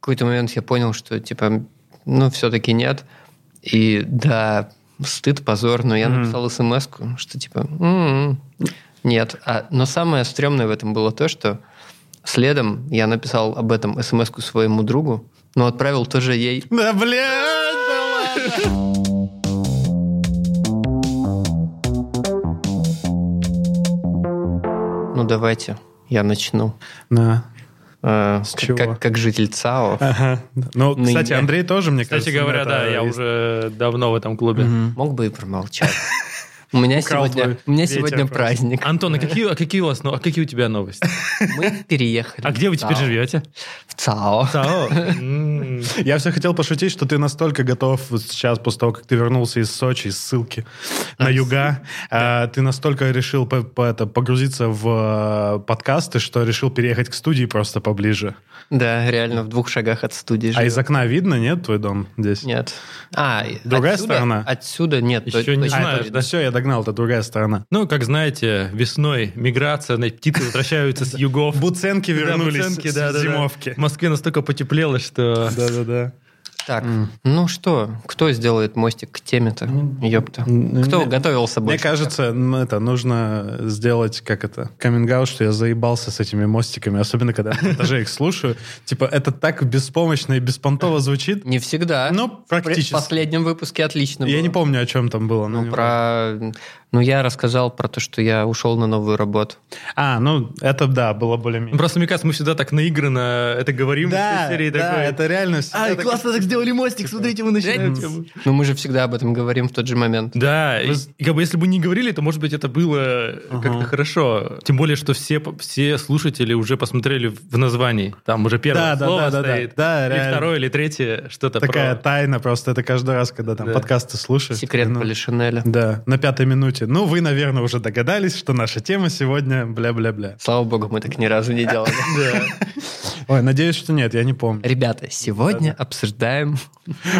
какой-то момент я понял, что, типа, ну, все-таки нет. И да, стыд, позор, но я Мгм. написал смс что, типа, «М-м, нет. А, но самое стрёмное в этом было то, что следом я написал об этом смс своему другу, но отправил тоже ей. Да, блядь, да ладно. Ну, давайте, я начну. Да. Э, С как- чего? Как, как житель ЦАО. Ага. Ну, Ныне. кстати, Андрей тоже, мне Кстати кажется. говоря, это да, я из- уже давно в этом клубе. Мог бы и промолчать. У меня Украл сегодня, бы у меня ветер сегодня просто. праздник. Антон, а какие, а какие у вас, ну, а какие у тебя новости? Мы переехали. А где вы в теперь ЦАО. живете? В ЦАО. ЦАО. М. Я все хотел пошутить, что ты настолько готов вот сейчас, после того, как ты вернулся из Сочи, из ссылки на юга, а, ты настолько решил по- по- это, погрузиться в э, подкасты, что решил переехать к студии просто поближе. Да, реально в двух шагах от студии А живем. из окна видно, нет, твой дом здесь? Нет. А, Другая отсюда- сторона? Отсюда нет. Еще не точно А, знаю, это- видно. да все, я догнал, это другая сторона. Ну, как знаете, весной миграция, значит, птицы возвращаются с югов. Буценки Да, вернулись буценки, с да, да, да. зимовки. В Москве настолько потеплело, что... Да-да-да. Так, ну что, кто сделает мостик к теме-то? Ёпта. Кто Ну, мне- готовился Мне больше? кажется, м, это нужно сделать, как это, каминг что я заебался с этими мостиками, особенно когда я на монтаже их слушаю. Типа, это так беспомощно и беспонтово звучит. Не всегда. Ну, В практически. последнем выпуске отлично Я было. не помню, о чем там было. но не Ну, про... ну, я рассказал про то, что я ушел на новую работу. важно. А, ну, это, да, было Ну, более-менее. Просто, мне кажется, мы всегда так наигранно это говорим. в Да, серии да, такой, Типа. это реально всегда «Ай, так- так сделали мостик, смотрите, мы начинаем тему». Но Ну, мы же всегда об этом говорим в тот же момент. Да, и, Вы- и как бы если бы не говорили, то, может быть, это было как-то хорошо. Тем более, что все, по- все слушатели уже посмотрели в в названии. Там уже первое Да, да, слово да, да, да. стоит. Да, или реально. второе, или третье, что-то Такая про... тайна просто. Это каждый раз, когда там Да. подкасты слушаешь. Секрет ну, Полишинеля. Да, на пятой минуте. Ну, вы, наверное, уже догадались, что наша тема сегодня бля-бля-бля. Слава богу, мы так ни разу не делали. Ой, надеюсь, что нет, я не помню. Ребята, сегодня обсуждаем...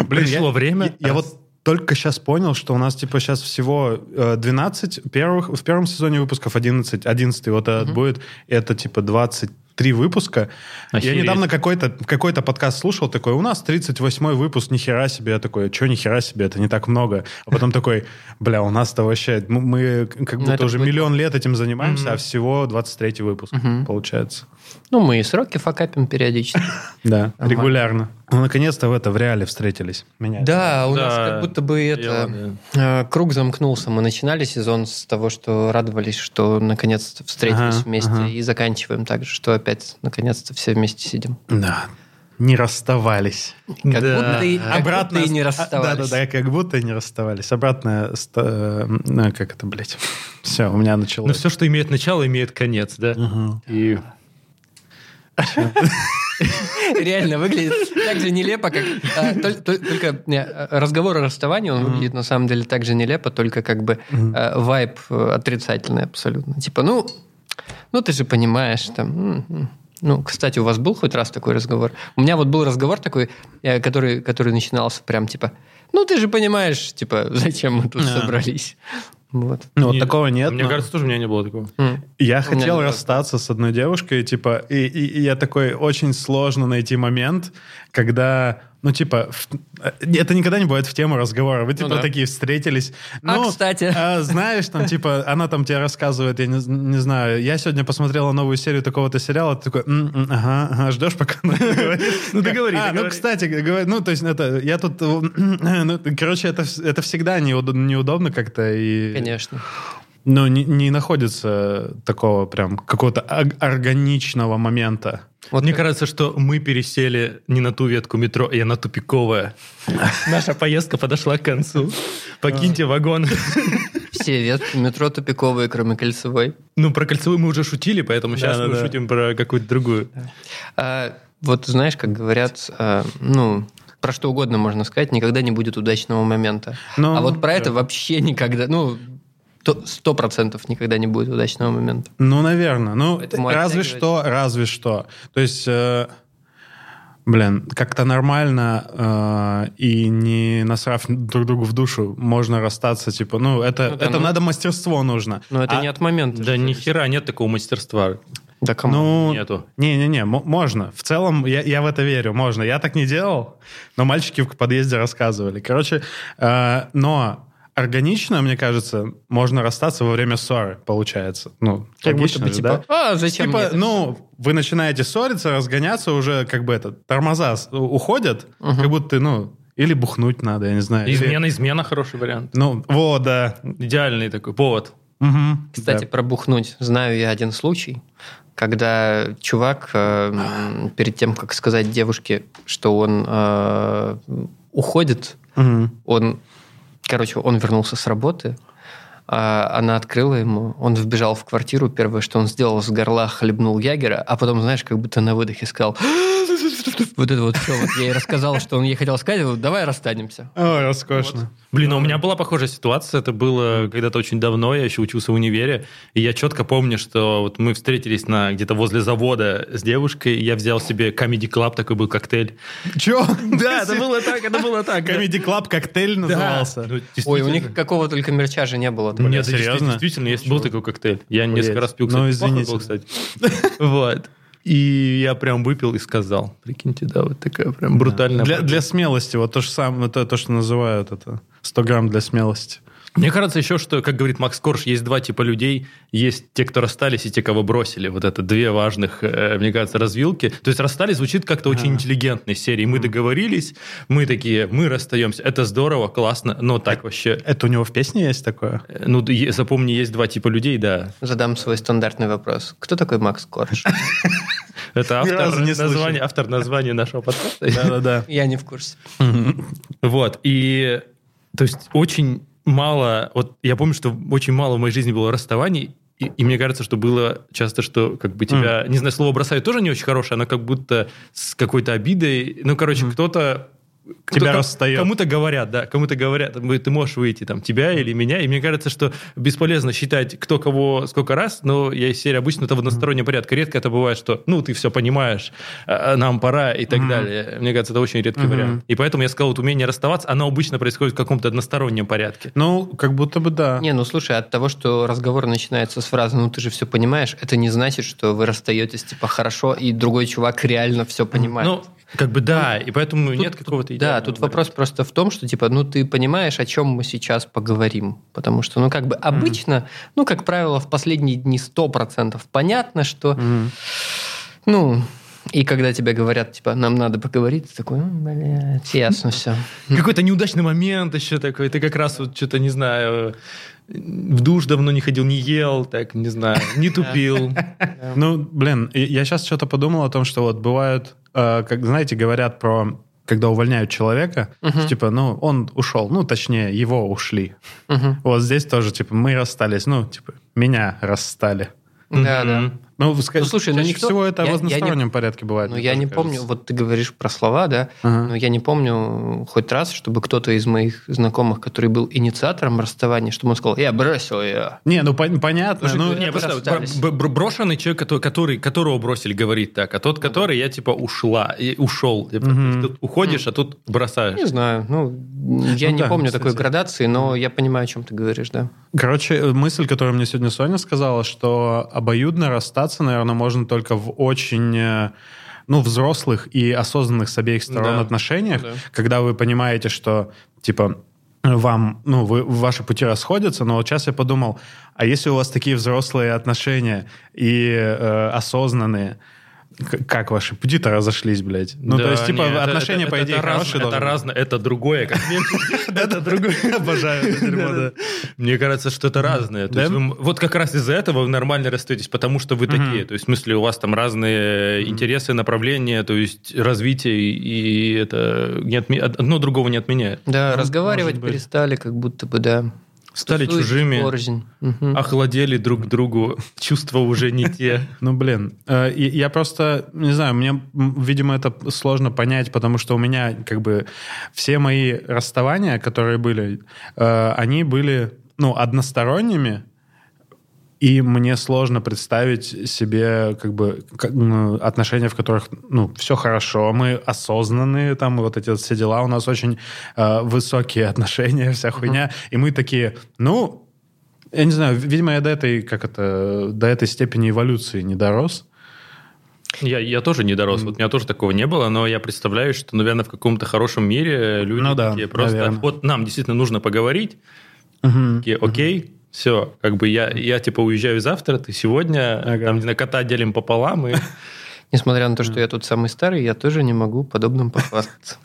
Блин, Пришло я- время. Я, я вот только сейчас понял, что у нас типа сейчас всего э, 12 первых, в первом сезоне выпусков 11, 11 вот этот будет, это типа 23 выпуска. Охереть. Я недавно какой-то какой подкаст слушал, такой, у нас 38 выпуск, нихера себе. Я такой, что нихера себе, это не так много. А потом такой, бля, у нас-то вообще, мы, мы как Ну, будто это уже будет- миллион лет этим занимаемся, а всего 23 выпуск получается. Ну, мы и сроки факапим периодически. Да, Нормально. регулярно. Ну, наконец-то в это, в реале встретились. Меня Да, у Да. нас как будто бы это... Дело, э, Круг замкнулся. Мы начинали сезон с того, что радовались, что наконец-то встретились Ага, вместе. ага. И заканчиваем так же, что опять наконец-то все вместе сидим. Да. Не расставались. Как будто и, как будто и не а, расставались. Да-да-да, как будто и не расставались. Обратно... ста- э, ну, как это, блядь? Все, у меня Но началось. все, что имеет начало, имеет конец, да? Ну, Ну И... Реально выглядит так же нелепо, как... э, тол- тол- Только не, э, разговор о расставании, он выглядит на самом деле так же нелепо, только как бы э, вайб э, отрицательный абсолютно. Типа, ну, ну ты же понимаешь, там... м, м. Ну, кстати, у вас был хоть раз такой разговор? У меня вот был разговор такой, э, который, который начинался прям типа, ну ты же понимаешь, типа, зачем мы тут собрались. Вот. Ну, вот такого нет. Мне но- кажется, тоже у меня не было такого. М. меня Я не хотел было. расстаться с одной девушкой, типа, и, и- и я такой, очень сложно найти момент, когда, ну, типа, в- э, это никогда не бывает в тему разговора. Вы, типа, да. такие встретились. А, Ну, кстати. а, знаешь, там, типа, она там тебе рассказывает, я не, з- не знаю, я сегодня посмотрела новую серию такого-то сериала, ты такой, «М, м, ага, ага, ждешь, пока она договорит. Ну, договори, А, ну, договори. кстати, говорю, ну, то есть, это, я тут, э, ну, короче, это, вс- это всегда неудо- неудобно как-то. И... Конечно. Ну, не, не находится такого прям какого-то ор- органичного момента. Вот Мне как- кажется, что мы пересели не на ту ветку метро, а на тупиковая. Наша поездка подошла к концу. Покиньте вагон. все ветки метро тупиковые, кроме кольцевой. Ну, про кольцевую мы уже шутили, поэтому сейчас мы Да-да-да. шутим про какую-то другую. А, вот знаешь, как говорят, а, ну, про что угодно можно сказать, никогда не будет удачного момента. Ну, а вот про это да. вообще никогда, ну, то- сто процентов никогда не будет удачного момента. Ну, наверное. Ну, Поэтому разве оттягивать. что, разве что. То есть, э, блин, как-то нормально э, и не насрав друг другу в душу, можно расстаться. Типа, ну, это, Ну да, это ну. надо мастерство нужно. Но это А- не от момента. Да ни хера нет такого мастерства. Да кому? Ну, Нету. не-не-не, мо- можно. В целом, я, я в это верю, можно. Я так не делал, но мальчики в подъезде рассказывали. Короче, э, но органично, мне кажется, можно расстаться во время ссоры, получается. Ну, как будто логично бы же, да? типа, а, зачем Типа, мне это ну, вы начинаете ссориться, разгоняться, уже как бы это, тормоза с- у- уходят, как будто ты, ну, или бухнуть надо, я не знаю. или- Измена, измена хороший вариант. Ну, вот, да. Идеальный такой повод. Мгм, Кстати, да. пробухнуть. Знаю я один случай, когда чувак э, м, перед тем, как сказать девушке, что он э, уходит, Мгм. он, короче, он вернулся с работы, а она открыла ему, он вбежал в квартиру, первое, что он сделал, с горла хлебнул Ягера, а потом, знаешь, как будто на выдохе сказал... Вот это вот все. Вот я ей рассказал, что он ей хотел сказать, вот давай расстанемся. Ой, роскошно. Блин, а у меня была похожая ситуация. Это было когда-то очень давно, я еще учился в универе. И я четко помню, что вот мы встретились на где-то возле завода с девушкой. И я взял себе Comedy Club, такой был коктейль. Че? Да, это было так, это было так. да. Comedy Club коктейль Да. назывался. Ну, Ой, у действительно. них какого только мерча же не было. Нет, Бля, серьезно? серьезно? Действительно, есть был такой коктейль. Я несколько раз пил, ну, кстати, плохо извините. был, кстати. Вот. И я прям выпил и сказал. Прикиньте, да, вот такая прям брутальная. Для, правда. для смелости, вот то же самое, то, то, что называют это, 100 грамм для смелости. Мне кажется еще, что, как говорит Макс Корж, есть два типа людей. Есть те, кто расстались, и те, кого бросили. Вот это две важных, э, мне кажется, развилки. То есть расстались звучит как-то очень интеллигентной серии. Мы договорились, мы такие, мы расстаемся. Это здорово, классно, но так вообще... Это у него в песне есть такое? э, Ну, да, е- запомни, есть два типа людей, да. Задам свой стандартный вопрос. Кто такой Макс Корж? Это Ни автор, разу не слышал. название, автор названия нашего подкаста. Да-да-да. Я не в курсе. Вот, и то есть очень мало, вот я помню, что очень мало в моей жизни было расставаний, и, и мне кажется, что было часто, что как бы тебя, не знаю, слово бросают тоже не очень хорошее, оно как будто с какой-то обидой, ну, короче, кто-то... кто- Тебя ко- расстаёт. Кому-то говорят, да, кому-то говорят, «Вы- ты можешь выйти, там, тебя или меня, и мне кажется, что бесполезно считать, кто кого сколько раз, но я из серии обычно это в одностороннем порядке, редко это бывает, что, ну, ты все понимаешь, а, а, нам пора и так далее. Мне кажется, это очень редкий Мгм. вариант. И поэтому я сказал, вот умение расставаться, оно обычно происходит в каком-то одностороннем порядке. Ну, как будто бы да. Не, ну слушай, от того, что разговор начинается с фразы «ну ты же все понимаешь», это не значит, что вы расстаетесь типа хорошо, и другой чувак реально все понимает. Ну, как бы да, и поэтому Тут- нет какого-то Да, идеального тут варианта. вопрос просто в том, что типа, ну ты понимаешь, о чем мы сейчас поговорим. Потому что, ну как бы обычно, ну как правило, в последние дни 100% понятно, что, ну... И когда тебе говорят, типа, нам надо поговорить, ты такой, ну, блядь, ясно все. Какой-то неудачный момент еще такой, ты как раз вот что-то, не знаю, э, в душ давно не ходил, не ел, так, не знаю, не тупил. Ну, блин, и- я сейчас что-то подумал о том, что вот бывают, э, как знаете, говорят про когда увольняют человека, что, типа, ну, он ушел, ну, точнее, его ушли. Мгм. Вот здесь тоже, типа, мы расстались, ну, типа, меня расстали. Да, да. Мгм. Ну, ска- Ну, слушай, ну, чаще никто- всего это я- в я не- одностороннем порядке бывает. Ну, мне я тоже не кажется. помню, вот ты говоришь про слова, да, Ага. но я не помню хоть раз, чтобы кто-то из моих знакомых, который был инициатором расставания, чтобы он сказал, я бросил ее. Не, ну, пон- понятно. Слушай, ну, это Не, просто расстались. б- б- брошенный человек, который, который- которого бросили, говорит так, а Ну тот, который я типа ушла, и ушел. Типа, то есть Тут уходишь, а тут бросаешь. Не знаю, ну, я Ну не да, помню кстати. такой градации, но я понимаю, о чем ты говоришь, да. Короче, э, мысль, которую мне сегодня Соня сказала, что обоюдно расстаться, наверное, можно только в очень э, ну, взрослых и осознанных с обеих сторон Да. отношениях, когда вы понимаете, что, типа, вам, ну, вы, ваши пути расходятся, но вот сейчас я подумал, а если у вас такие взрослые отношения и э, осознанные, к- как ваши пути-то разошлись, блядь? Ну, то Да, есть, типа, не, это- отношения, это- по это идее, разное, хорошие Это должны быть. разное, это другое. как минимум. Это другое. Обожаю это дерьмо, да. Мне кажется, что это разное. То Да? есть вы м- Вот как раз из-за этого вы нормально расстаетесь, потому что вы такие. То есть, в смысле, у вас там разные интересы, направления, то есть развитие, и и это не отме- одно другого не отменяет. Да, разговаривать может быть. перестали, как будто бы, да. Стали Тусуетесь чужими, порознь. Мгм. охладели друг к другу, чувства уже не те. Ну, блин, э, и- я просто, не знаю, мне, м, видимо, это сложно понять, потому что у меня, как бы, все мои расставания, которые были, э, они были, ну, односторонними, и мне сложно представить себе, как бы, к- ну, отношения, в которых, ну, все хорошо, мы осознанные, там, вот эти вот все дела, у нас очень э, высокие отношения, вся хуйня, и мы такие, ну, я не знаю, видимо, я до этой, как это, до этой степени эволюции не дорос. Я, я тоже не дорос, вот у меня тоже такого не было, но я представляю, что, наверное, в каком-то хорошем мире люди Ну да, такие просто... наверное. Вот нам действительно нужно поговорить, такие, окей, все, как бы я, я типа уезжаю завтра, ты сегодня, Ага. там, не знаю, кота делим пополам, и, Несмотря на то, что я тут самый старый, я тоже не могу подобным похвастаться.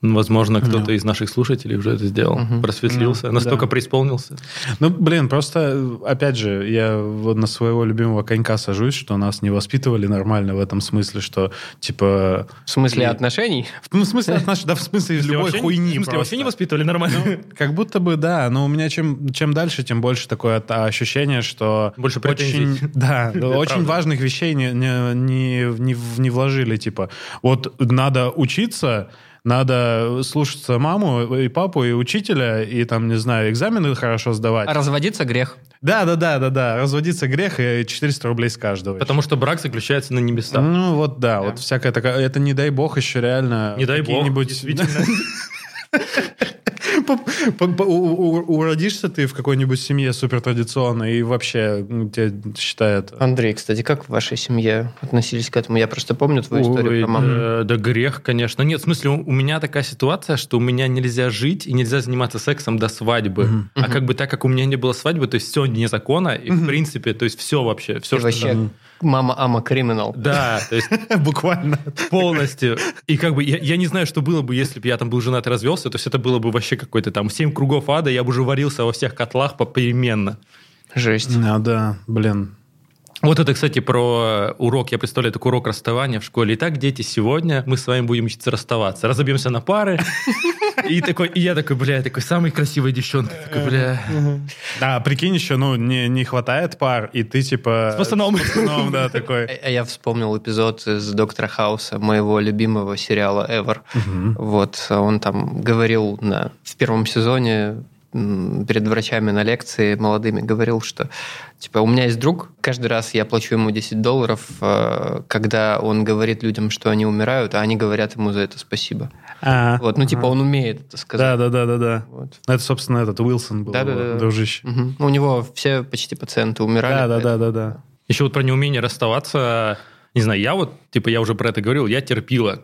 ну, возможно, кто-то из наших слушателей уже это сделал, просветлился, Ну, настолько да. преисполнился. Ну, блин, просто, опять же, я вот на своего любимого конька сажусь, что нас не воспитывали нормально в этом смысле, что, типа... В смысле И- отношений? Ну, в смысле, от нас- да, в смысле, из Вообще любой не- хуйни В смысле, просто. Ну, вообще не воспитывали нормально? Как будто бы, да, но у меня чем, чем дальше, тем больше такое от- ощущение, что... Больше претензий. очень, Да, Это очень правда. важных вещей не, не, не- не в- не вложили, типа, вот надо учиться, надо слушаться маму и папу, и учителя, и там, не знаю, экзамены хорошо сдавать. А разводиться грех. Да, да, да, да, да. Разводиться грех и 400 рублей с каждого. Потому что брак заключается на небесах. Ну вот да, вот всякая такая. Это не дай бог еще реально. Не дай бог, какие-нибудь- действительно. По- по- по- у- у- Уродишься ты в какой-нибудь семье супертрадиционной и вообще м, тебя считают. Андрей, кстати, как в вашей семье относились к этому? Я просто помню твою историю Ой, про маму. э, да грех, конечно. Нет, в смысле, у у меня такая ситуация, что у меня нельзя жить и нельзя заниматься сексом до свадьбы. А как бы так как у меня не было свадьбы, то есть все незаконно, и в принципе, то есть все вообще, все Ты вообще мама Ама криминал. Да, то есть Буквально. полностью. И как бы я, я не знаю, что было бы, если бы я там был женат и развелся, то есть это было бы вообще какой-то там семь кругов ада, я бы уже варился во всех котлах попеременно. Жесть. А, да, блин. Вот это, кстати, про урок. Я представляю, это урок расставания в школе. Итак, дети, сегодня мы с вами будем учиться расставаться. Разобьемся на пары. И такой, и я такой, бля, я такой, самый красивый девчонка. Такой, бля. Да, прикинь, еще, ну, не, не хватает пар, и ты типа. С пацаном. с пацаном, да, А такой. а я вспомнил эпизод из «Доктора Хауса», моего любимого сериала «Эвер». Вот, а он там говорил на, в первом сезоне м, перед врачами на лекции молодыми говорил, что типа у меня есть друг, каждый раз я плачу ему 10 долларов, э, когда он говорит людям, что они умирают, а они говорят ему за это спасибо. А, Вот, ну типа он умеет это сказать. Да, да, да, да, да. Вот. А. Это, собственно, этот Уилсон был, Да-да-да. его дружище. Мгм. Ну, У него все почти пациенты умирали. Да, да, да, да, да. Еще вот про неумение расставаться. Не знаю, я вот, типа, я уже про это говорил, я терпила.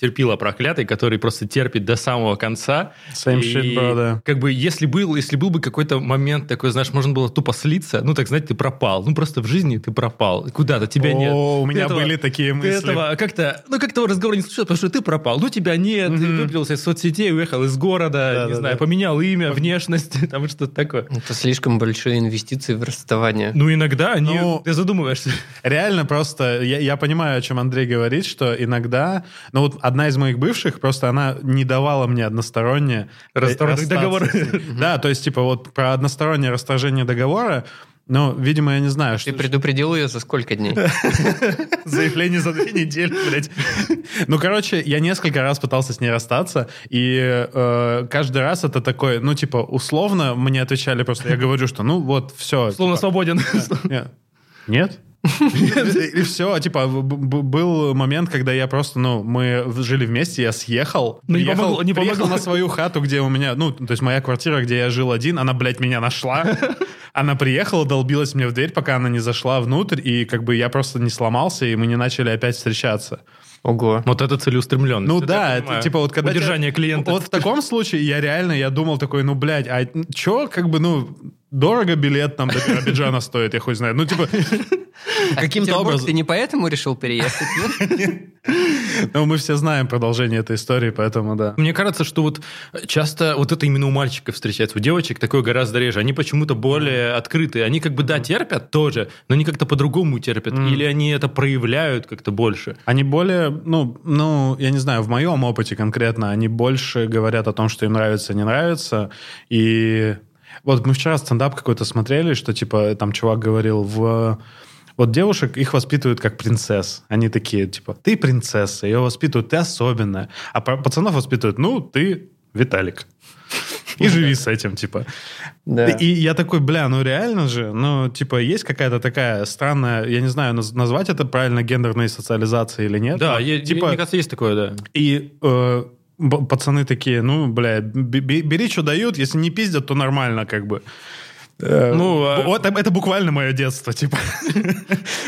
Терпила проклятый, который просто терпит до самого конца. Same shit, bro, да. Как бы, если был, если был бы какой-то момент такой, знаешь, можно было тупо слиться, ну, так, знаете, ты пропал. Ну, просто в жизни ты пропал. Куда-то тебя О, нет. у Ты меня этого- были такие Ты мысли. этого как-то, ну как-то разговор не случился, потому что ты пропал, ну тебя нет, ты Мгм. выпилился из соцсетей, уехал из города, Да, не да, знаю, да. поменял имя, внешность, там что-то такое. Это слишком большие инвестиции в расставание. Ну иногда они, Ну, ты задумываешься. Реально просто, я, я понимаю, о чем Андрей говорит, что иногда, ну вот одна из моих бывших, просто она не давала мне односторонне э, Расторг- расстаться договор. с ней. Да, то есть типа вот про одностороннее расторжение договора, ну, видимо, я не знаю, Ты что предупредил ее за сколько дней? заявление за две недели, блядь. Ну, короче, я несколько раз пытался с ней расстаться, и э, каждый раз это такое, ну, типа, условно мне отвечали просто, я говорю, что ну вот, все. Словно свободен. Не- Нет? И все, типа, б- б- был момент, когда я просто, ну, мы в- жили вместе, я съехал, Ну, не приехал- помогло, не приехал помогло. на свою хату, где у меня, ну, то есть моя квартира, где я жил один, она, блядь, меня нашла, она приехала, долбилась мне в дверь, пока она не зашла внутрь, и как бы я просто не сломался, и мы не начали опять встречаться. Ого. Вот это целеустремленность. Ну да, это типа вот когда... Удержание тебя- клиента. Вот в таком случае я реально, я думал такой, ну, блядь, а чё, как бы, ну, дорого билет там до Биробиджана стоит, я хуй знаю. Ну, типа, каким-то Петербург образом... Ты не поэтому решил переехать? нет? Ну, мы все знаем продолжение этой истории, поэтому да. Мне кажется, что вот э, часто вот это именно у мальчиков встречается, у девочек такое гораздо реже. Они почему-то более открытые. Они как бы, да, терпят тоже, но они как-то по-другому терпят. Или они это проявляют как-то больше. Они более, ну, ну, я не знаю, в моем опыте конкретно, они больше говорят о том, что им нравится, не нравится. И вот мы вчера стендап какой-то смотрели, что типа там чувак говорил в... Вот девушек их воспитывают как принцесс. Они такие, типа, ты принцесса, ее воспитывают, ты особенная. А па- пацанов воспитывают, ну, ты Виталик. И живи с этим, типа. Да. И я такой, бля, ну реально же, ну, типа, есть какая-то такая странная, я не знаю, наз- назвать это правильно гендерной социализацией или нет. Да, но, е- типа, мне кажется, есть такое, да. и э, б- пацаны такие, ну, бля, б- б- бери, что дают, если не пиздят, то нормально, как бы. Э, Ну, а- вот это буквально мое детство, типа.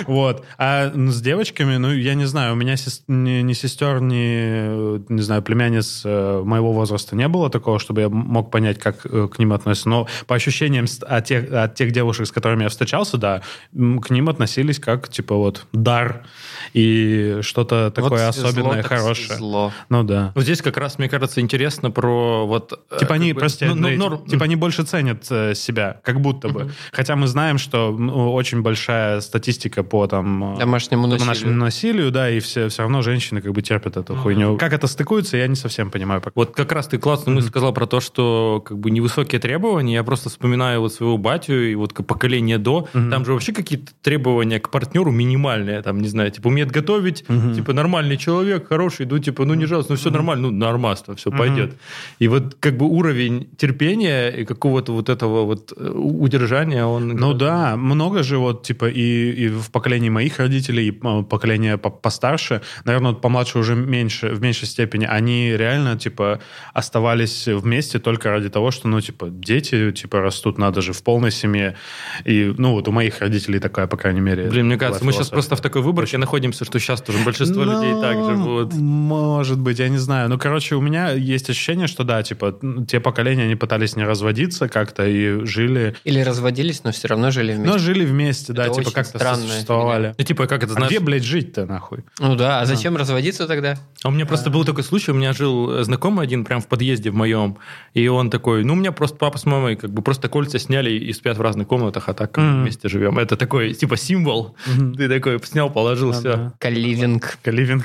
Вот. А с девочками, ну, я не знаю, у меня сес- ни ни сестер, ни, э, не знаю, племянниц э, моего возраста не было такого, чтобы я мог понять, как э, к ним относятся. Но по ощущениям с- от тех, от тех девушек, с которыми я встречался, да, м, к ним относились как, типа, вот, дар и что-то такое Вот свезло, особенное, так хорошее. свезло. Ну, да. Вот здесь как раз, мне кажется, интересно про вот... э, Типа они, как бы, прости, ну, ну, Андрей, норм- типа они больше ценят э, себя, как будто бы. Хотя мы знаем, что ну, очень большая статистика по А, там э, Домашнему по нашему насилию. насилию, да, и все, все равно женщины как бы терпят Ну эту хуйню. Как это стыкуется, я не совсем понимаю. пока. Вот как раз ты классную мысль сказал про то, что как бы невысокие требования. Я просто вспоминаю вот своего батю и вот к- поколение до. Мгм. Там же вообще какие-то требования к партнеру минимальные. Там, не знаю, типа умеет готовить, Мгм. типа нормальный человек, хороший, ну типа, ну не жалуюсь, ну все нормально, ну нормасно, все Мгм. пойдет. И вот как бы уровень терпения и какого-то вот этого вот э, у- удержания, он... Ну да, много же вот типа и, и в поколении моих родителей, и э, поколение по- постарше, наверное, вот помладше уже меньше, в меньшей степени, они реально типа оставались вместе только ради того, что, ну типа дети типа растут, надо же в полной семье. И, ну вот у моих родителей такая, по крайней мере. Блин, мне была кажется, мы сейчас философия. просто в такой выборке находимся, что сейчас тоже большинство Ну, людей так же вот. Может быть, я не знаю. Ну, короче, у меня есть ощущение, что да, типа, м, те поколения, они пытались не разводиться как-то и жили... Или разводились, но все равно жили вместе. Но жили вместе, да, Это типа очень как-то странная существовали. Ну, типа, как это, А знаешь... где, блядь, жить-то, нахуй? Ну да, а зачем разводиться тогда? А у меня просто был такой случай, у меня жил э, знакомый один прям в подъезде в моем, и он такой, ну, у меня просто папа с мамой как бы просто кольца сняли и спят в разных комнатах, а так как бы, Мгм. вместе живем. Это такой, типа, символ. Ты такой снял, положил, Да, все. да. Каливинг. Каливинг.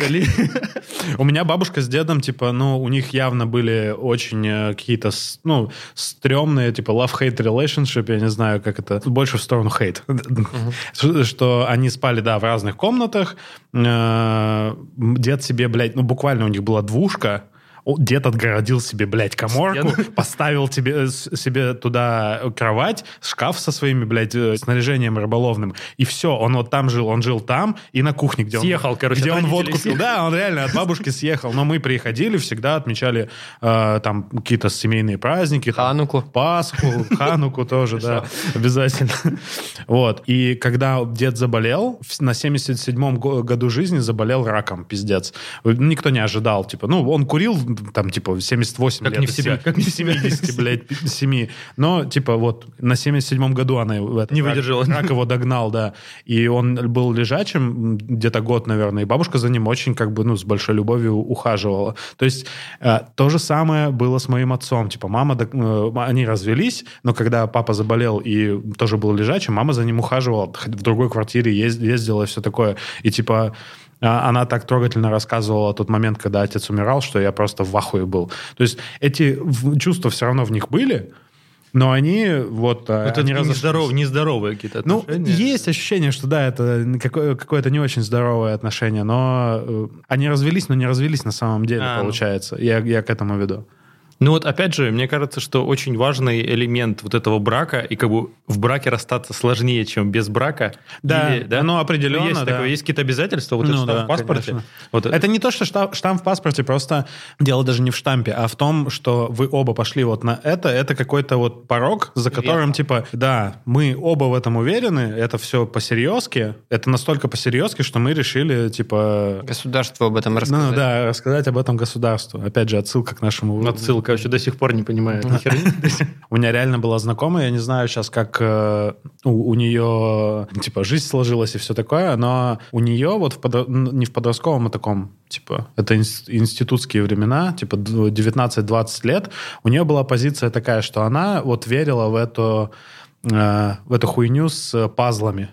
У меня бабушка с дедом, типа, ну, у них явно были очень э, какие-то, с- ну, стрёмные, типа, love-hate relationship, я не знаю, как это, больше в сторону хейт. Что- Что они спали, да, в разных комнатах. Э, Дед себе, блядь, ну, буквально у них была двушка, О, Дед отгородил себе, блядь, коморку, Стену. поставил тебе, э, с- себе туда э, кровать, шкаф со своими, блядь, э, снаряжением рыболовным. И все, он вот там жил, он жил там и на кухне, где он- Съехал, короче, где от он родителей водку пил. съехал. Да, он реально от бабушки съехал. Но мы приходили, всегда отмечали э, там какие-то семейные праздники. там, Хануку. Пасху, Хануку тоже, да, обязательно. Вот. И когда дед заболел, в- на 77-м го- году жизни заболел раком, пиздец. Никто не ожидал, типа, ну, он курил, там, типа, в 78 Как лет. не в из себя, се- как не в себя. 70, блядь, 7. Но, типа, вот, на 77-м году она... его- этот Не рак- выдержала. Рак его догнал, да. И он был лежачим м, где-то год, наверное, и бабушка за ним очень, как бы, ну, с большой любовью ухаживала. То есть э, то же самое было с моим отцом. Типа, мама, док- э, они развелись, но когда папа заболел и тоже был лежачим, мама за ним ухаживала, хоть в другой квартире ез- ездила и все такое. И, типа, а, она так трогательно рассказывала тот момент, когда отец умирал, что я просто в ахуе был. То есть эти в- чувства все равно в них были, но они вот... э, Это они не разошлись. нездоров- нездоровые какие-то Ну, отношения. есть ощущение, что да, это какое- какое-то не очень здоровое отношение, но э, они развелись, но не развелись на самом деле, А, ну. получается. Я, я к этому веду. Ну вот опять же, мне кажется, что очень важный элемент вот этого брака, и как бы в браке расстаться сложнее, чем без брака. Да, Или- Ну, оно определенно, Есть, да. такое, есть какие-то обязательства, вот это Ну что там да, в паспорте. конечно. Вот Это не то, что штамп, штамп в паспорте, просто дело даже не в штампе, а в том, что вы оба пошли вот на это. Это какой-то вот порог, за которым, типа, да, мы оба в этом уверены, это все по-серьезки, это настолько по-серьезки, что мы решили, типа... Государство об этом Ну рассказать. Ну, да, рассказать об этом государству. Опять же, отсылка к нашему... Отсылка вообще до сих пор не понимаю. ни хера. У меня реально была знакомая, я не знаю сейчас, как э, у, у нее, типа, жизнь сложилась и все такое, но у нее вот в подро- н- не в подростковом, а таком, типа, это инс- институтские времена, типа, д- 19-20 лет, у нее была позиция такая, что она вот верила в эту, э, в эту хуйню с э, пазлами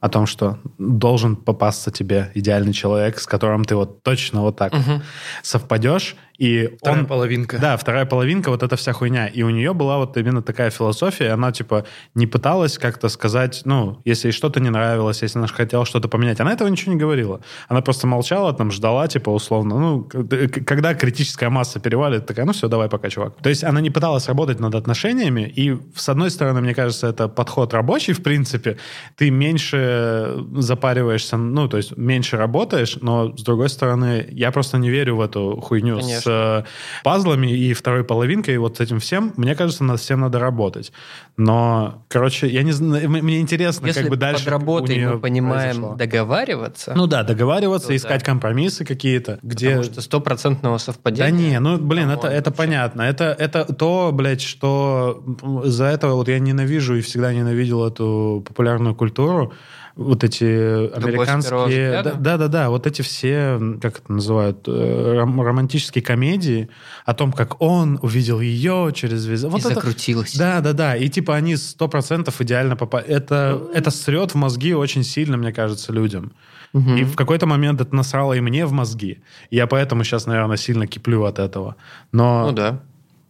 о том, что должен попасться тебе идеальный человек, с которым ты вот точно вот так Мгм. совпадешь, и Вторая он половинка. да, вторая половинка, вот эта вся хуйня. И у нее была вот именно такая философия, и она, типа, не пыталась как-то сказать, ну, если ей что-то не нравилось, если она ж хотела что-то поменять. Она этого ничего не говорила. Она просто молчала, там, ждала, типа, условно, ну, к- к- когда критическая масса перевалит, такая, ну, все, давай пока, чувак. То есть она не пыталась работать над отношениями, и, с одной стороны, мне кажется, это подход рабочий, в принципе. Ты меньше запариваешься, ну, то есть меньше работаешь, но, с другой стороны, я просто не верю в эту хуйню Конечно. с с пазлами и второй половинкой, и вот с этим всем, мне кажется, над всем надо работать. Но, короче, я не знаю, м- мне интересно, Если как бы дальше... под работой у неё мы понимаем произошло. договариваться, Ну да, договариваться, Ну да. искать компромиссы какие-то, где... потому что стопроцентного Да совпадения. не, ну, блин, это, По-моему, это вообще. понятно. Это, это то, блядь, что м, за этого вот я ненавижу и всегда ненавидел эту популярную культуру. Вот эти первого американские... взгляда? Да- Да-да-да, вот эти все, м, как это называют, э, ром- романтические комедии о том, как он увидел ее через визу. И Вот это- закрутилось. да, да, да. И типа они сто процентов идеально попали. Это, Ну, это срет в мозги очень сильно, мне кажется, людям. Мгм. И в какой-то момент это насрало и мне в мозги. Я поэтому сейчас, наверное, сильно киплю от этого. Но Ну да,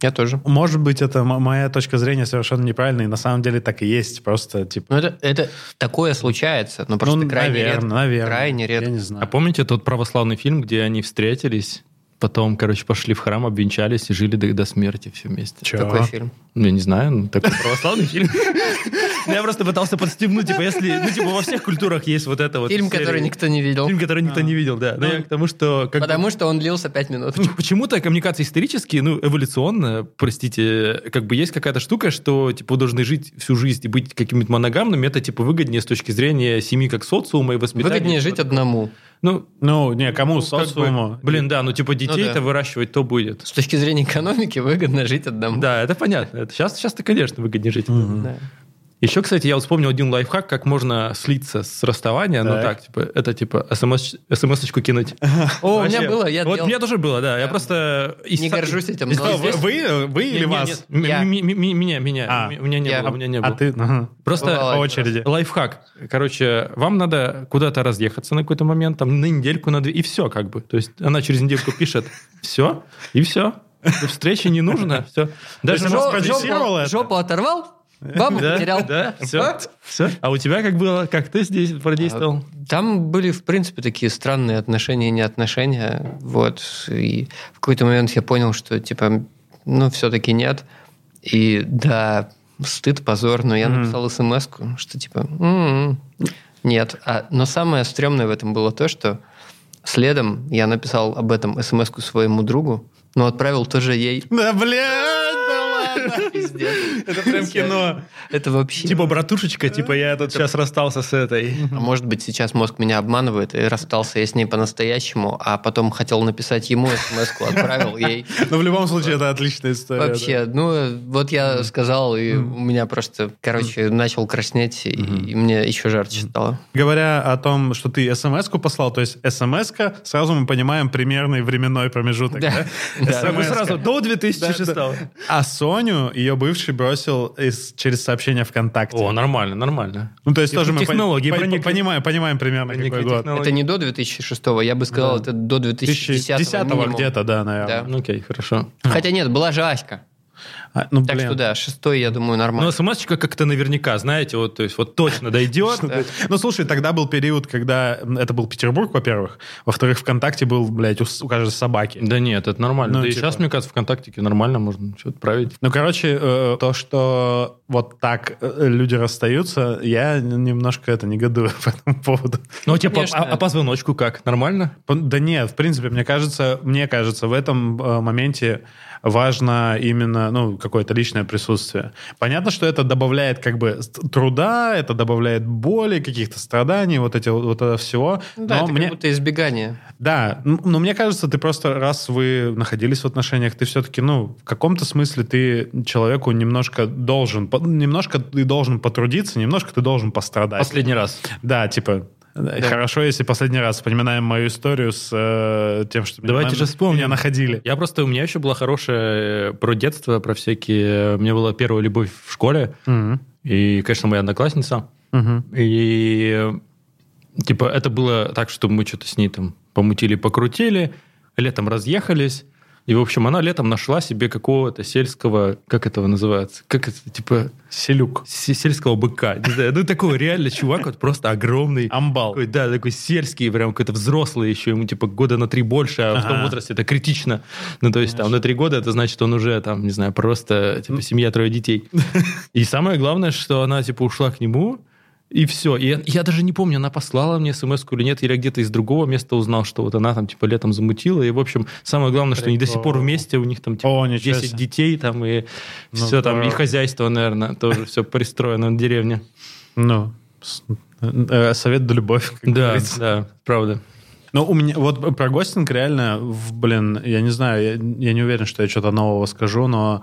я тоже. может быть, это м- моя точка зрения совершенно неправильная, и на самом деле так и есть. Просто типа... Ну это, это такое случается, но просто ну, крайне наверное, редко. наверное. Крайне Я редко. не А знаю. помните тот православный фильм, где они встретились, потом, короче, пошли в храм, обвенчались и жили до, до смерти все вместе? Чё? Такой фильм. Ну, я не знаю, ну, такой православный фильм. Ну, Я просто пытался подстегнуть, типа, если, ну, типа, во всех культурах есть вот это вот. Фильм, серия. который никто не видел. Фильм, который никто не видел, да. Но я к тому, что... как Ну, бы- Потому что он длился пять минут. Поч- Почему-то коммуникации исторически, ну, эволюционно, простите, как бы есть какая-то штука, что, типа, вы должны жить всю жизнь и быть каким-нибудь моногамным, это, типа, выгоднее с точки зрения семьи как социума и воспитания. Выгоднее жить одному. Ну, Ну, не, кому? ну, как бы, социуму? блин, да, ну, типа, детей-то да. выращивать то будет. С точки зрения экономики выгодно жить одному. Да, это понятно. Это сейчас, сейчас-то, конечно, выгоднее жить. Мгм. Да. Еще, кстати, я вот вспомнил один лайфхак, как можно слиться с расставания. Ну Так. так, типа, это типа смс, смс-очку кинуть. О, у меня Вообще. было, я Вот делал. у меня тоже было, да. Я просто... Не горжусь этим, но ну, А, вы, вы- вы или вас? Я. Меня, меня, меня. А. М- У меня не Я. было, у меня не А было. ты... ага. Бывало. Просто По один очереди. лайфхак. Короче, вам надо куда-то разъехаться на какой-то момент, там, на недельку, на две, и все как бы. То есть она через недельку пишет все, и все. Встречи не нужно, все. есть она Жо- спродюсировала жопу, это? жопу оторвал, бабу потерял. Да, все, А? все. А у тебя как было? Как ты здесь продействовал? Там были, в принципе, такие странные отношения и неотношения. Вот. И в какой-то момент я понял, что, типа, ну, все-таки нет. И да, стыд, позор, но я Мгм. написал смс что, типа, «М-м, нет. А- но самое стрёмное в этом было то, что следом я написал об этом смс своему другу, но отправил тоже ей. Да, блядь, да ладно. Пиздец. Это прям кино. Это вообще... Типа, братушечка, типа, я тут сейчас расстался с этой. А может быть, сейчас мозг меня обманывает, и расстался я с ней по-настоящему, а потом хотел написать ему смс отправил ей. Но Ну, в любом случае, это отличная история. Вообще, ну, вот я сказал, и у меня просто, короче, начал краснеть, и, и мне еще жарче стало. Говоря о том, что ты смс-ку послал, то есть смс-ка, сразу мы понимаем примерный временной промежуток. Да. Да? Да. СМС-ка. Мы сразу Да, до 2006 да. А Соню ее бывший бросил из- через сообщение ВКонтакте. О, нормально, нормально. Ну, то есть тоже мы технологии пон- пон- проникли. понимаем, понимаем примерно Проникли какой год. технологии. Это не до 2006, я бы сказал, это до 2010 2010 минимум. где-то, да, наверное. Да. Ну, Окей, хорошо. Хотя нет, была же Аська. А, ну, Так блин. что да, шестой, я думаю, Но нормально. Ну, а смс-очка как-то наверняка, знаете, вот, то есть, вот точно дойдет. Ну, слушай, тогда был период, когда м, это был Петербург, во-первых. Во-вторых, ВКонтакте был, блядь, у, с- у каждой собаки. Да нет, это нормально. Ну, да и типа. сейчас, мне кажется, ВКонтактике нормально можно что-то отправить. Ну, короче, э, то, что вот так э, люди расстаются, я немножко это негодую по этому поводу. Ну, а тебе по- Конечно. а, а по звоночку как? Нормально? Пон- Да нет, в принципе, мне кажется, мне кажется, в этом э, моменте важно именно, ну, какое-то личное присутствие. Понятно, что это добавляет как бы с- труда, это добавляет боли, каких-то страданий, вот эти вот, вот это всего. Ну Да, но это мне, как будто избегание. да, н- но мне кажется, ты просто, раз вы находились в отношениях, ты все-таки, ну, в каком-то смысле ты человеку немножко должен, по- немножко ты должен потрудиться, немножко ты должен пострадать. Последний раз. Да, типа. э, Хорошо, если последний раз вспоминаем мою историю с э, тем, что меня Давайте на- же вспомним. меня находили. Я просто, у меня еще была хорошая э, про детство, про всякие... э, У меня была первая любовь в школе. Мгм. И, конечно, моя одноклассница. Мгм. И э, типа это было так, что мы что-то с ней там помутили, покрутили, летом разъехались. И, в общем, она летом нашла себе какого-то сельского, как этого называется, как это, типа, Селюк. се- сельского быка. Не знаю, ну, такой реально чувак, вот просто огромный. Амбал. Такой, да, такой сельский, прям какой-то взрослый еще, ему типа года на три больше, а в том Ага. возрасте это критично. Ну, то есть там на три года, это значит, он уже там, не знаю, просто типа семья, трое детей. И самое главное, что она типа ушла к нему, И все. И я, я даже не помню, она послала мне смс или нет, или я где-то из другого места узнал, что вот она там типа летом замутила. И, в общем, самое главное, что они до сих пор Прикол. вместе, у них там типа О, ничего 10 себе. детей там и Ну, все там, и здорово. хозяйство, наверное, тоже все пристроено в деревне. Ну, с- э, совет да любовь, как Да, говорится. да, правда. Ну, у меня вот про гостинг реально, в- блин, я не знаю, я, я не уверен, что я что-то нового скажу, но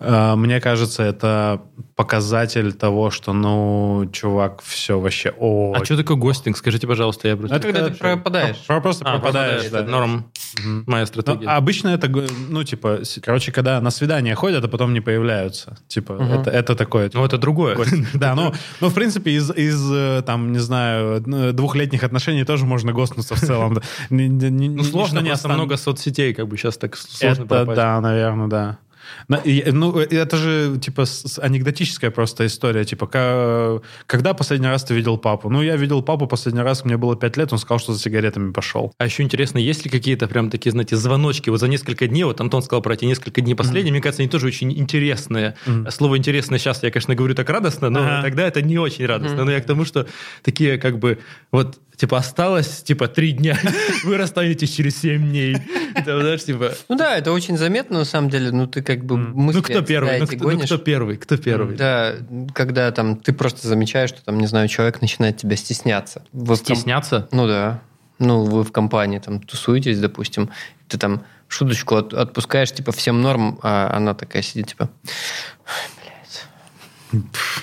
э, мне кажется, это показатель того, что, ну, чувак, все вообще А очень... что такое гостинг? Скажите, пожалуйста, я просто... Это когда ты хорошо. пропадаешь. Про- просто А, пропадаешь, пропадаешь, да. это норм. Мгм. Моя Ну, стратегия. а обычно это, г- ну, типа, с- короче, когда на свидание ходят, а потом не появляются. Типа, Мгм. это, это такое. типа, Ну, это другое. гостинг. Да, ну, ну, в принципе, из, из, э, там, не знаю, э, двухлетних отношений тоже можно гостнуться в целом. Ну, Ну, сложно, не много соцсетей, как бы сейчас так Это сложно попасть. да, наверное, да. На- и- Ну, э, это же, типа, с- с- анекдотическая просто история. Типа, ка- когда последний раз ты видел папу? Ну, я видел папу последний раз, мне было пять лет, он сказал, что за сигаретами пошел. А еще интересно, есть ли какие-то прям такие, знаете, звоночки? Вот за несколько дней, вот Антон сказал про эти несколько дней последние, мне кажется, они тоже очень интересные. Мгм. А Слово «интересное» сейчас я, конечно, говорю так радостно, но Ага. тогда это не очень радостно. Но я к тому, что такие как бы вот типа осталось типа три дня, вы расстанетесь через семь дней. Это, знаешь, типа... Ну да, это очень заметно, на самом деле. Ну, ты как бы мысли Ну кто первый? Ну, отсюда эти кто- ну, гонишь. кто первый? Кто первый? Да, когда там ты просто замечаешь, что там, не знаю, человек начинает тебя стесняться. Вы в ком- Стесняться? Ну да. Ну, вы в компании там тусуетесь, допустим, ты там шуточку от- отпускаешь, типа, всем норм, а она такая сидит, типа, блядь.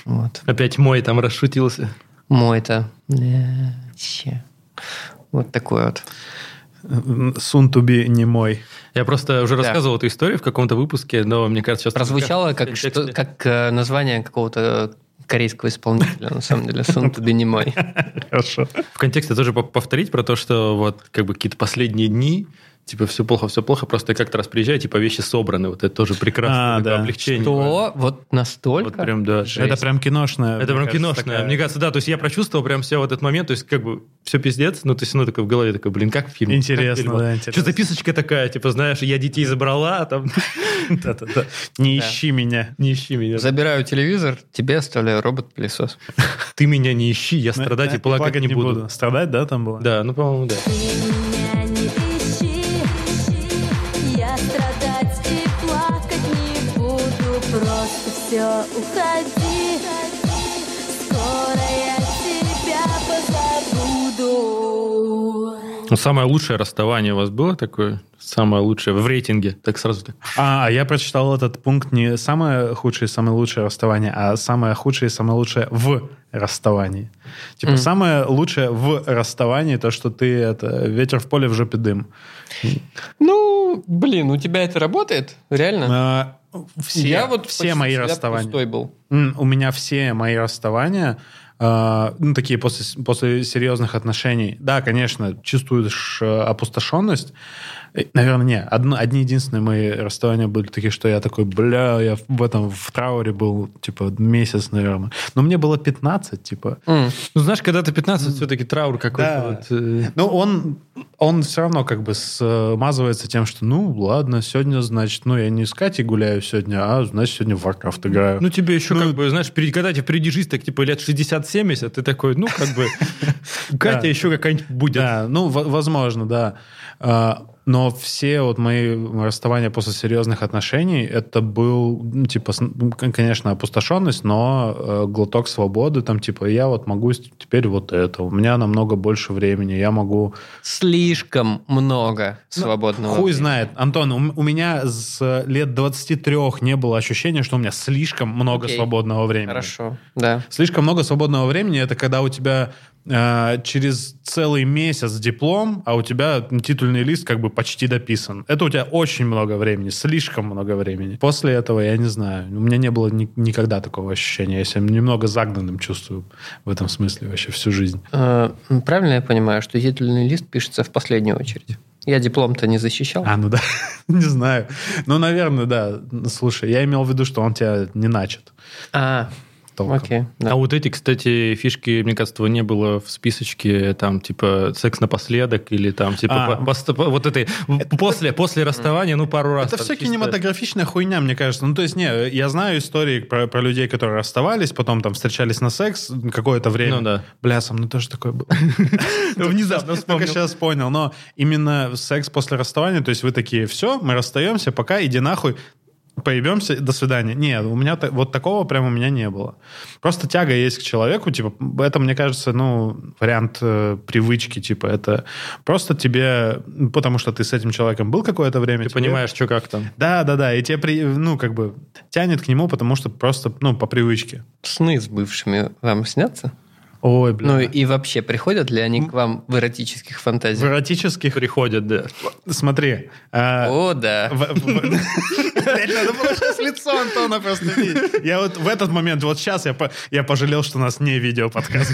Вот. Опять мой там расшутился. Мой-то. Бля, Че. Вот такой вот. Сун туби не мой. Я просто уже Да. рассказывал эту историю в каком-то выпуске, но мне кажется, сейчас... Прозвучало как, в что, контексте- как э, название какого-то корейского исполнителя, на самом деле. Сон тебе не мой. Хорошо. В контексте тоже по- повторить про то, что вот как бы какие-то последние дни, типа все плохо, все плохо, просто я как-то раз приезжаю, типа вещи собраны, вот это тоже прекрасное А, такое да. облегчение. То вот Вот настолько... прям, да. Жесть. Это прям киношное. Это мне прям кажется, киношное. такая- Мне кажется, да, то есть я прочувствовал прям все вот этот момент, то есть как бы все пиздец, ну, но ты все равно такой в голове такой, блин, как фильм. Интересно, да, Что интересно. записочка такая, типа, знаешь, я детей забрала, а там Да-да-да. Не Да. ищи меня. не ищи меня. Забираю телевизор, тебе оставляю робот-пылесос. Ты меня не ищи, я страдать и плакать не буду. Страдать, да, там было? Да, ну, по-моему, да. Ты меня не ищи, я страдать и плакать не буду, просто все уходи, скоро я тебя позабуду. Ну, самое лучшее расставание у вас было такое? Самое лучшее в рейтинге? Так сразу так. А, я прочитал этот пункт не самое худшее и самое лучшее расставание, а самое худшее и самое лучшее в расставании. Типа Мгм. самое лучшее в расставании то, что ты это ветер в поле в жопе дым. Ну, блин, у тебя это работает? Реально? А, все, Я вот все почти мои всегда расставания. пустой был. М, У меня все мои расставания, э, ну, такие после, с- после серьезных отношений, да, конечно, чувствуешь э, опустошенность. Э, Наверное, не. Одно- одни единственные мои расставания были такие, что я такой, бля, я в этом, в трауре был, типа, месяц, наверное. Но мне было 15, типа. М. Ну, знаешь, когда ты 15, все-таки траур какой-то. Да. вот, э, Ну, он, он все равно как бы э, смазывается тем, что, ну, ладно, сегодня, значит, ну, я не с Катей гуляю сегодня, а, значит, сегодня в Warcraft играю. ну, тебе еще как бы, знаешь, перед- когда тебе впереди жизнь, так типа лет 60-70, ты такой, ну, как бы, Катя Да. еще какая-нибудь будет. Да, ну, во- возможно, да. А, Но все вот мои расставания после серьезных отношений, это был, ну, типа, с- ну, кон- конечно, опустошенность, но э, глоток свободы, там, типа, я вот могу с- теперь вот это, у меня намного больше времени, я могу... Слишком много Ну, свободного. Хуй времени. знает. Антон, у, м- у меня с лет 23 не было ощущения, что у меня слишком много Окей. свободного времени. Хорошо, да. Слишком много свободного времени это когда у тебя э, через целый месяц диплом, а у тебя титульный лист как бы почти дописан. Это у тебя очень много времени, слишком много времени. После этого я не знаю, у меня не было ни- никогда такого ощущения. Я себя немного загнанным чувствую в этом смысле вообще всю жизнь. Э, правильно я понимаю, что титульный лист пишется в последнюю очередь? Я диплом-то не защищал. А, ну да, не знаю. Ну, наверное, да. Слушай, я имел в виду, что он тебя не начат. А, толком. Окей. да. А вот эти, кстати, фишки, мне кажется, этого не было в списочке, там, типа, секс напоследок или там, типа, А. по- пост- по- вот этой, после, после расставания, ну, пару раз. Это там все чисто. кинематографичная хуйня, мне кажется. Ну, то есть, не, я знаю истории про, про людей, которые расставались, потом там встречались на секс какое-то время. Ну да. Бля, со мной тоже такое было. Внезапно Только вспомнил. сейчас понял. Но именно секс после расставания, то есть вы такие, все, мы расстаемся, пока, иди нахуй, поебемся, до свидания. Нет, у меня та- вот такого прям у меня не было. Просто тяга есть к человеку, типа, это, мне кажется, ну, вариант э, привычки, типа, это просто тебе, ну, потому что ты с этим человеком был какое-то время. Ты тебе- понимаешь, что как там. Да, да, да, и тебе, при- ну, как бы, тянет к нему, потому что просто, ну, по привычке. Сны с бывшими вам снятся? Ой, бля. Ну и вообще, приходят ли они к вам в эротических в фантазиях? эротических... Приходят, да. Смотри. а, О, да. В- в- Блядь, надо было сейчас лицо Антона просто видеть. Я вот в этот момент, вот сейчас я, по- я пожалел, что у нас не видеоподкаст.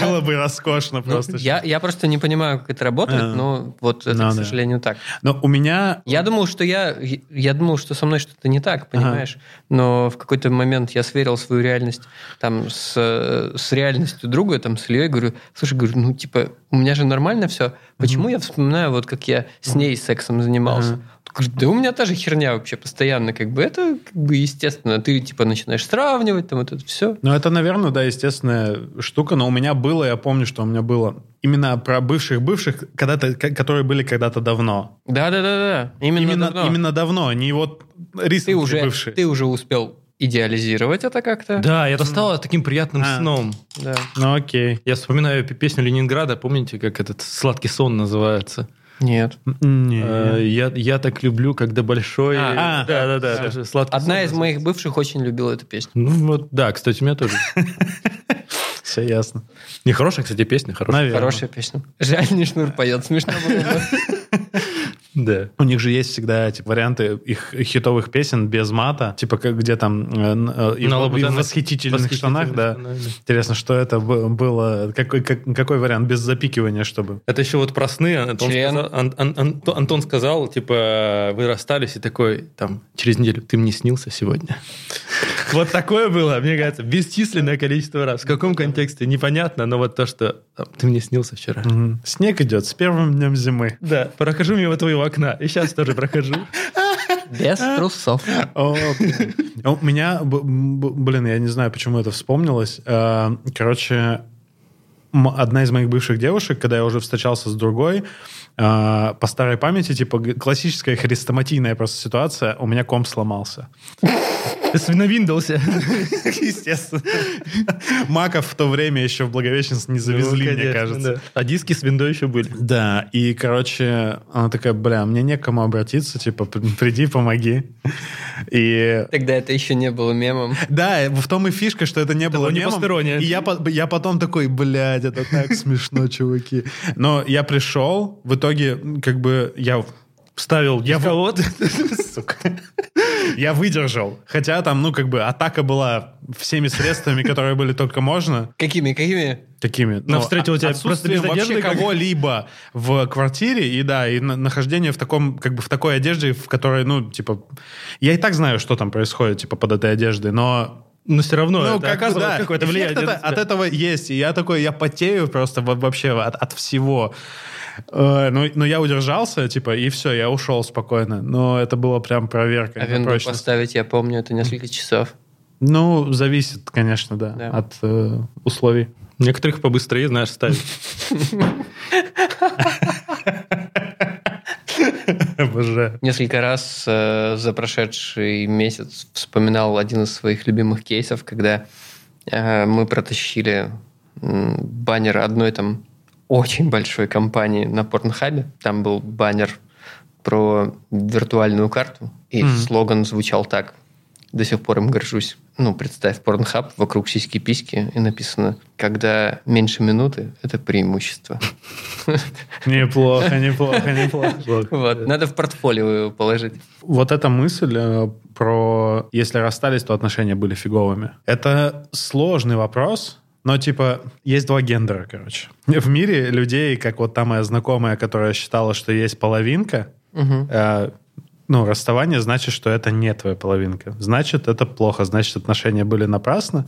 Было бы роскошно Ну, просто. я, я просто не понимаю, как это работает, А. но вот это, Ну к да. сожалению, так. Но у меня... Я думал, что я, я думал, что со мной что-то не так, понимаешь? Но в какой-то момент я сверил свою реальность там с, э, с реальностью друга, там с Ильей, говорю, слушай, говорю, ну типа у меня же нормально все, почему я вспоминаю вот как я с ней сексом занимался? Ага. Он говорит, да у меня та же херня вообще постоянно, как бы это как бы естественно, ты типа начинаешь сравнивать там вот это все. Ну, это, наверное, да, естественная штука, но у меня было, я помню, что у меня было именно про бывших-бывших, когда-то, к- которые были когда-то давно. Да, да, да, да. Именно, Именно, давно. именно давно, а не вот ты рисунки уже бывшие. ты уже успел идеализировать это как-то. Да, это стало таким приятным А. сном. Да. Ну, окей. Я вспоминаю п- песню Ленинграда, помните, как этот «Сладкий сон» называется? Нет. Э, Я я так люблю, когда большой... э, А. Да, да, Да. да. «Сладкий Одна сон» из моих бывших очень любила эту песню. Ну вот, да, кстати, у меня тоже. Все ясно. Нехорошая, кстати, песня, хорошая. Наверное. Хорошая песня. Жаль, не Шнур поет. Смешно было. бы. Да. У них же есть всегда типа, варианты их хитовых песен без мата, типа как где там э, н- э, и На в- и в лабутенах- восхитительных штанах, да. штанах, да. Интересно, что это б- было, какой, как- какой вариант без запикивания, чтобы... Это еще вот про сны. Антон Член. сказал, Ан- Ан- Ан- Антон сказал, типа, вы расстались, и такой, там, через неделю, ты мне снился сегодня. Вот такое было, мне кажется, бесчисленное количество раз. В каком контексте, непонятно, но вот то, что там, ты мне снился вчера. Мгм. Снег идет с первым днем зимы. Да, прохожу мимо твоего окна. И сейчас тоже прохожу. Без трусов. О, блин. Ну, У меня, б- б- блин, я не знаю, почему это вспомнилось. Э, Короче, м- одна из моих бывших девушек, когда я уже встречался с другой, э, по старой памяти, типа г- классическая хрестоматийная просто ситуация, у меня комп сломался. Свиновиндался. Естественно. Маков в то время еще в Благовещенск не завезли, мне Ну, кажется. А диски с виндой еще были. Да, и, короче, она такая, бля, мне некому обратиться, типа, п- приди, помоги. И... Тогда это еще не было мемом. Да, в том и фишка, что это не было было не мемом. постороннее. И я, по- я потом такой, блядь, это так смешно, чуваки. Но я пришел, в итоге, как бы, я Вставил Я в- дисковод. Сука. Я выдержал. Хотя там, ну, как бы, атака была всеми средствами, которые были только можно. Какими, какими? Такими. Но встретил тебя отсутствием просто без вообще одежды как- кого-либо в квартире, и да, и на- нахождение в таком, как бы в такой одежде, в которой, ну, типа, я и так знаю, что там происходит, типа, под этой одеждой, но... Но все равно ну, это как бы, оказывало да, какое-то влияние. эффект на это- тебя. от этого есть, и я такой, я потею просто во- вообще от, от всего. Э, ну, но я удержался, типа, и все, я ушел спокойно. Но это было прям проверка. А на винду прочность. поставить, я помню, это несколько часов. Ну, зависит, конечно, да, Да. от э, условий. Некоторых побыстрее, знаешь, ставить. Обожаю. Несколько раз э, за прошедший месяц вспоминал один из своих любимых кейсов, когда э, мы протащили м, баннер одной там очень большой компании на Порнхабе. Там был баннер про виртуальную карту, и Мгм. слоган звучал так. До сих пор им горжусь. Ну, представь, Порнхаб, вокруг сиськи-письки, и написано, когда меньше минуты, это преимущество. Неплохо, неплохо, неплохо. Вот, надо в портфолио положить. Вот эта мысль э, про если расстались, то отношения были фиговыми. Это сложный вопрос, но типа есть два гендера, короче. В мире людей, как вот та моя знакомая, которая считала, что есть половинка, Мгм. э, ну, расставание значит, что это не твоя половинка. Значит, это плохо. Значит, отношения были напрасно.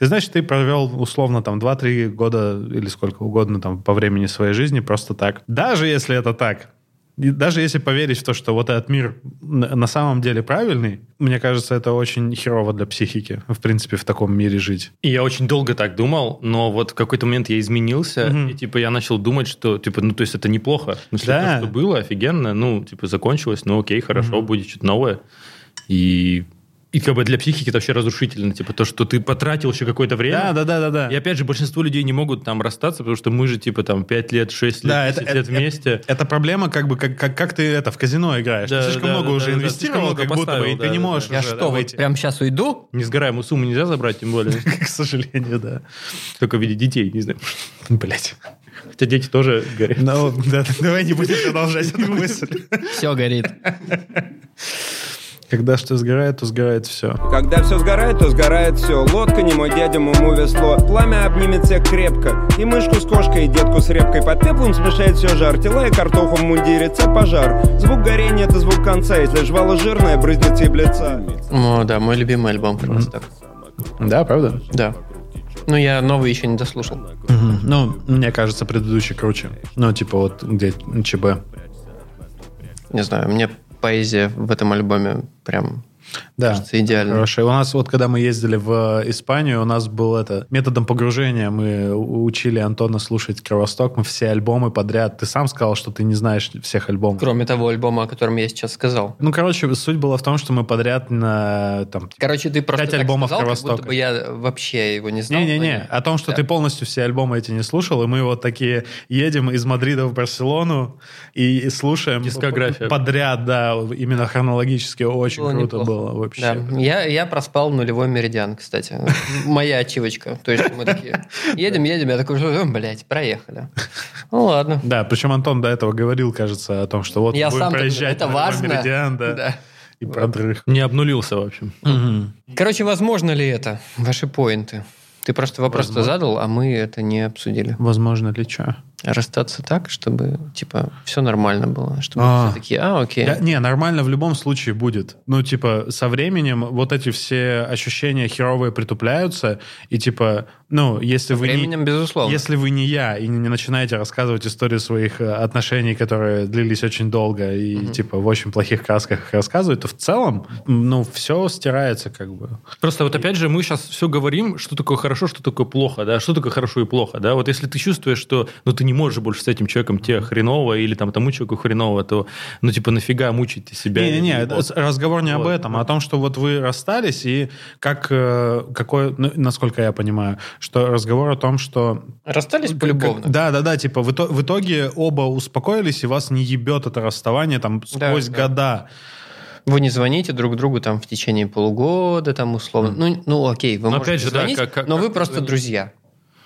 И значит, ты провел условно там 2-3 года или сколько угодно там по времени своей жизни просто так. Даже если это так, и даже если поверить в то, что вот этот мир на на самом деле правильный, мне кажется, это очень херово для психики, в принципе, в таком мире жить. И я очень долго так думал, но вот в какой-то момент я изменился, Мгм. и типа я начал думать, что типа, ну то есть это неплохо. В смысле, Да. то, что было, офигенно, ну типа закончилось, ну окей, хорошо, будет что-то новое. И, и как бы для психики это вообще разрушительно, типа то, что ты потратил еще какое-то время. Да, да, да, да, да. И опять же, большинство людей не могут там расстаться, потому что мы же типа там 5 лет, 6 лет, Да, 10 это- лет это- вместе. Это проблема, как бы, как, как, как ты это в казино играешь. Да, ты слишком да, много да, уже да, да, инвестировал, слишком много как будто бы, и поставил, ты да, не да, можешь Я уже что, да, вот выйти. прям сейчас уйду? Несгораемую сумму нельзя забрать, тем более. К сожалению, да. Только в виде детей, не знаю. Блять. Хотя дети тоже горят. Ну, да, давай не будем продолжать эту мысль. Все горит. Когда что сгорает, то сгорает все. Когда все сгорает, то сгорает все. Лодка не мой дядя, муму весло. Пламя обнимет всех крепко. И мышку с кошкой, и детку с репкой. Под пеплом смешает все жар. Тела и картоху в мундире. Це пожар. Звук горения это звук конца. Если жвало жирное, брызнет стеблеца. О, Ну да, мой любимый альбом просто. Да, правда? Да. Ну, я новый еще не дослушал. Ну, мне кажется, предыдущий круче. Ну, типа вот где ЧБ. Не знаю, мне поэзия в этом альбоме прям Да. кажется идеально. Хорошо. И У нас вот, когда мы ездили в э, Испанию, у нас был это методом погружения. Мы у- учили Антона слушать Кровосток. Мы все альбомы подряд. Ты сам сказал, что ты не знаешь всех альбомов. Кроме того альбома, о котором я сейчас сказал. Ну, короче, суть была в том, что мы подряд на там. Короче, ты просто Пять так альбомов сказал, как будто Кровостока. бы я вообще его не знал. Не-не-не, но я- о том, что Да. ты полностью все альбомы эти не слушал, и мы вот такие едем из Мадрида в Барселону и, и слушаем Дискография. подряд, да, именно хронологически очень Было круто неплохо. было вообще. Да. Я, я проспал нулевой меридиан, кстати. Моя ачивочка. То есть мы такие, едем, едем, я такой, блядь, проехали. Ну ладно. Да, причем Антон до этого говорил, кажется, о том, что вот Я будем сам так думаю, проезжать это на Новый важно. Меридиан, да, Да. и продрых. Не обнулился, в общем. Короче, возможно ли это? Ваши поинты. Ты просто вопрос Возможно. задал, а мы это не обсудили. Возможно ли что? Расстаться так, чтобы, типа, все нормально было. Чтобы А. все такие, а, окей. не, нормально в любом случае будет. Ну, типа, со временем вот эти все ощущения херовые притупляются, и типа, ну, если вы не... Временем, безусловно. Если вы не я и не начинаете рассказывать историю своих э, отношений, которые длились очень долго и типа в очень плохих красках их рассказывать, то в целом, м, ну, все стирается как бы. Просто вот опять же мы сейчас все говорим, что такое хорошо, что такое плохо, да, что такое хорошо и плохо, да. Вот если ты чувствуешь, что, ну, ты не можешь больше с этим человеком, тебе хреново, или там тому человеку хреново, то, ну, типа, нафига мучить себя? Не-не-не, Или это вот. с- разговор не об Вот. этом, а о том, что вот вы расстались, и как, э, какой, ну, насколько я понимаю, что разговор о том, что... Расстались Ну, полюбовно. Да-да-да, типа в, ито- в итоге оба успокоились, и вас не ебет это расставание там сквозь да. года. Вы не звоните друг другу там в течение полугода, там условно. Ну, ну окей, вы Но можете опять же, да, звонить, как- как- но вы как- просто друзья.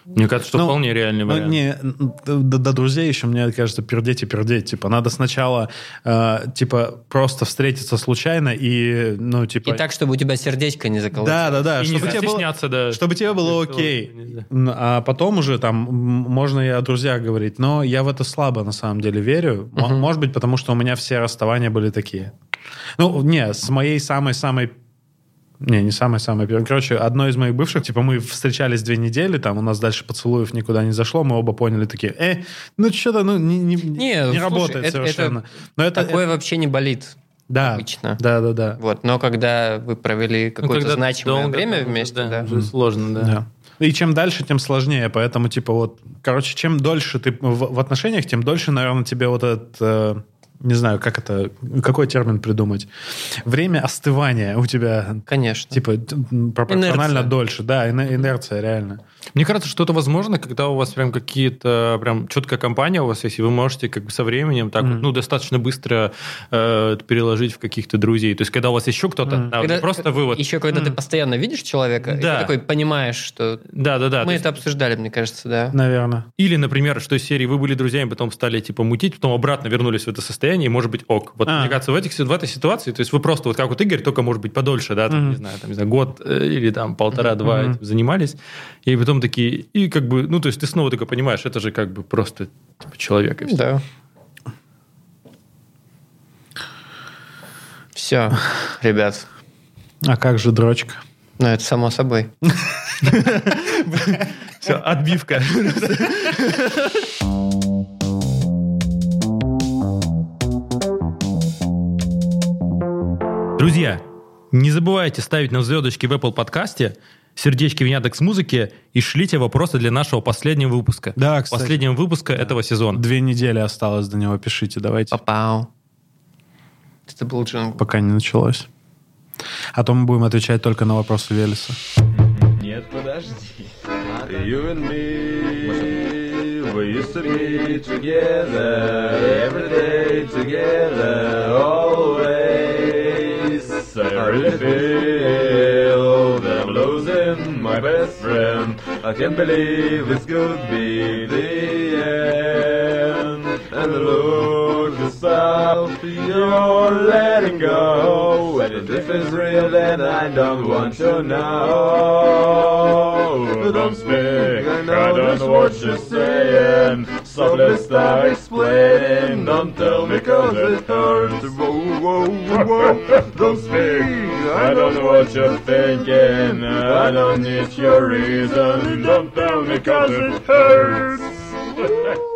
Мне кажется, что Ну, вполне реальный Ну, вариант. не, н- д- до, друзей еще, мне кажется, пердеть и пердеть. Типа, надо сначала, э, типа, просто встретиться случайно и, ну, типа... И так, чтобы у тебя сердечко не заколотилось. Да-да-да, И не чтобы тебе было... стесняться, да. Ну, Чтобы тебе было Никто не- окей. да. Н- А потом уже там м, можно и о друзьях говорить. Но я в это слабо на самом деле верю. М- Может быть, потому что у меня все расставания были такие. Ну, не, с моей самой-самой не, не самое-самое первое. Короче, одно из моих бывших, типа, мы встречались две недели, там, у нас дальше поцелуев никуда не зашло, мы оба поняли такие, э, ну, что-то, ну, не, не- не слушай, работает это- это совершенно. Но это... Такое это- вообще не болит. да, обычно. да, да, да. Вот. Но когда вы провели Ну, какое-то когда значимое долго, время да, вместе, да. уже сложно, да. Да. И чем дальше, тем сложнее. Поэтому, типа, вот, короче, чем дольше ты в, в отношениях, тем дольше, наверное, тебе вот этот, э, не знаю, как это, какой термин придумать. Время остывания у тебя, Конечно. типа, т- м, пропорционально Инерция. дольше. Да, ине- инерция, реально. Мне кажется, что это возможно, когда у вас прям какие-то прям четкая компания у вас есть, и вы можете как бы со временем так вот, ну достаточно быстро э, переложить в каких-то друзей. То есть когда у вас еще кто-то, да, Когда- не просто вы вот, Еще когда ты постоянно видишь человека, и ты Да. такой понимаешь, что... да, да, да. Мы это обсуждали, мне кажется, да. Наверное. Или, например, что из серии вы были друзьями, потом стали типа мутить, потом обратно вернулись в это состояние, и может быть ок. Вот А. мне кажется, в, этих, в этой ситуации, то есть вы просто, вот как вот Игорь, только может быть подольше, да, там, не знаю, там, не знаю, год э, или там полтора-два Мгм. этим занимались, и потом такие, и как бы, ну, то есть ты снова только понимаешь, это же как бы просто типа, человек. И всё. Да. Все, ребят, А как же дрочка? ну это само собой. Все, отбивка. Друзья, не забывайте ставить нам звездочки в Apple подкасте, сердечки в Яндекс Музыке и шлите вопросы для нашего последнего выпуска. Да, кстати. Последнего выпуска этого сезона. Две недели осталось до него, пишите, давайте. Папау. Это был джингл. Пока не началось. А то мы будем отвечать только на вопросы Велеса. Нет, подожди. You and me, we used to be together, every day together, always. I really feel that I'm losing my best friend. I can't believe this could be the end. And look yourself, you're letting go. And if it's real, then I don't want to know. Don't speak, I don't know what you're saying. So let's start explaining. Don't tell me cause it hurts. Whoa, whoa, whoa. Don't speak, I don't know what you're thinking. I don't need your reason. Don't tell me cause it hurts.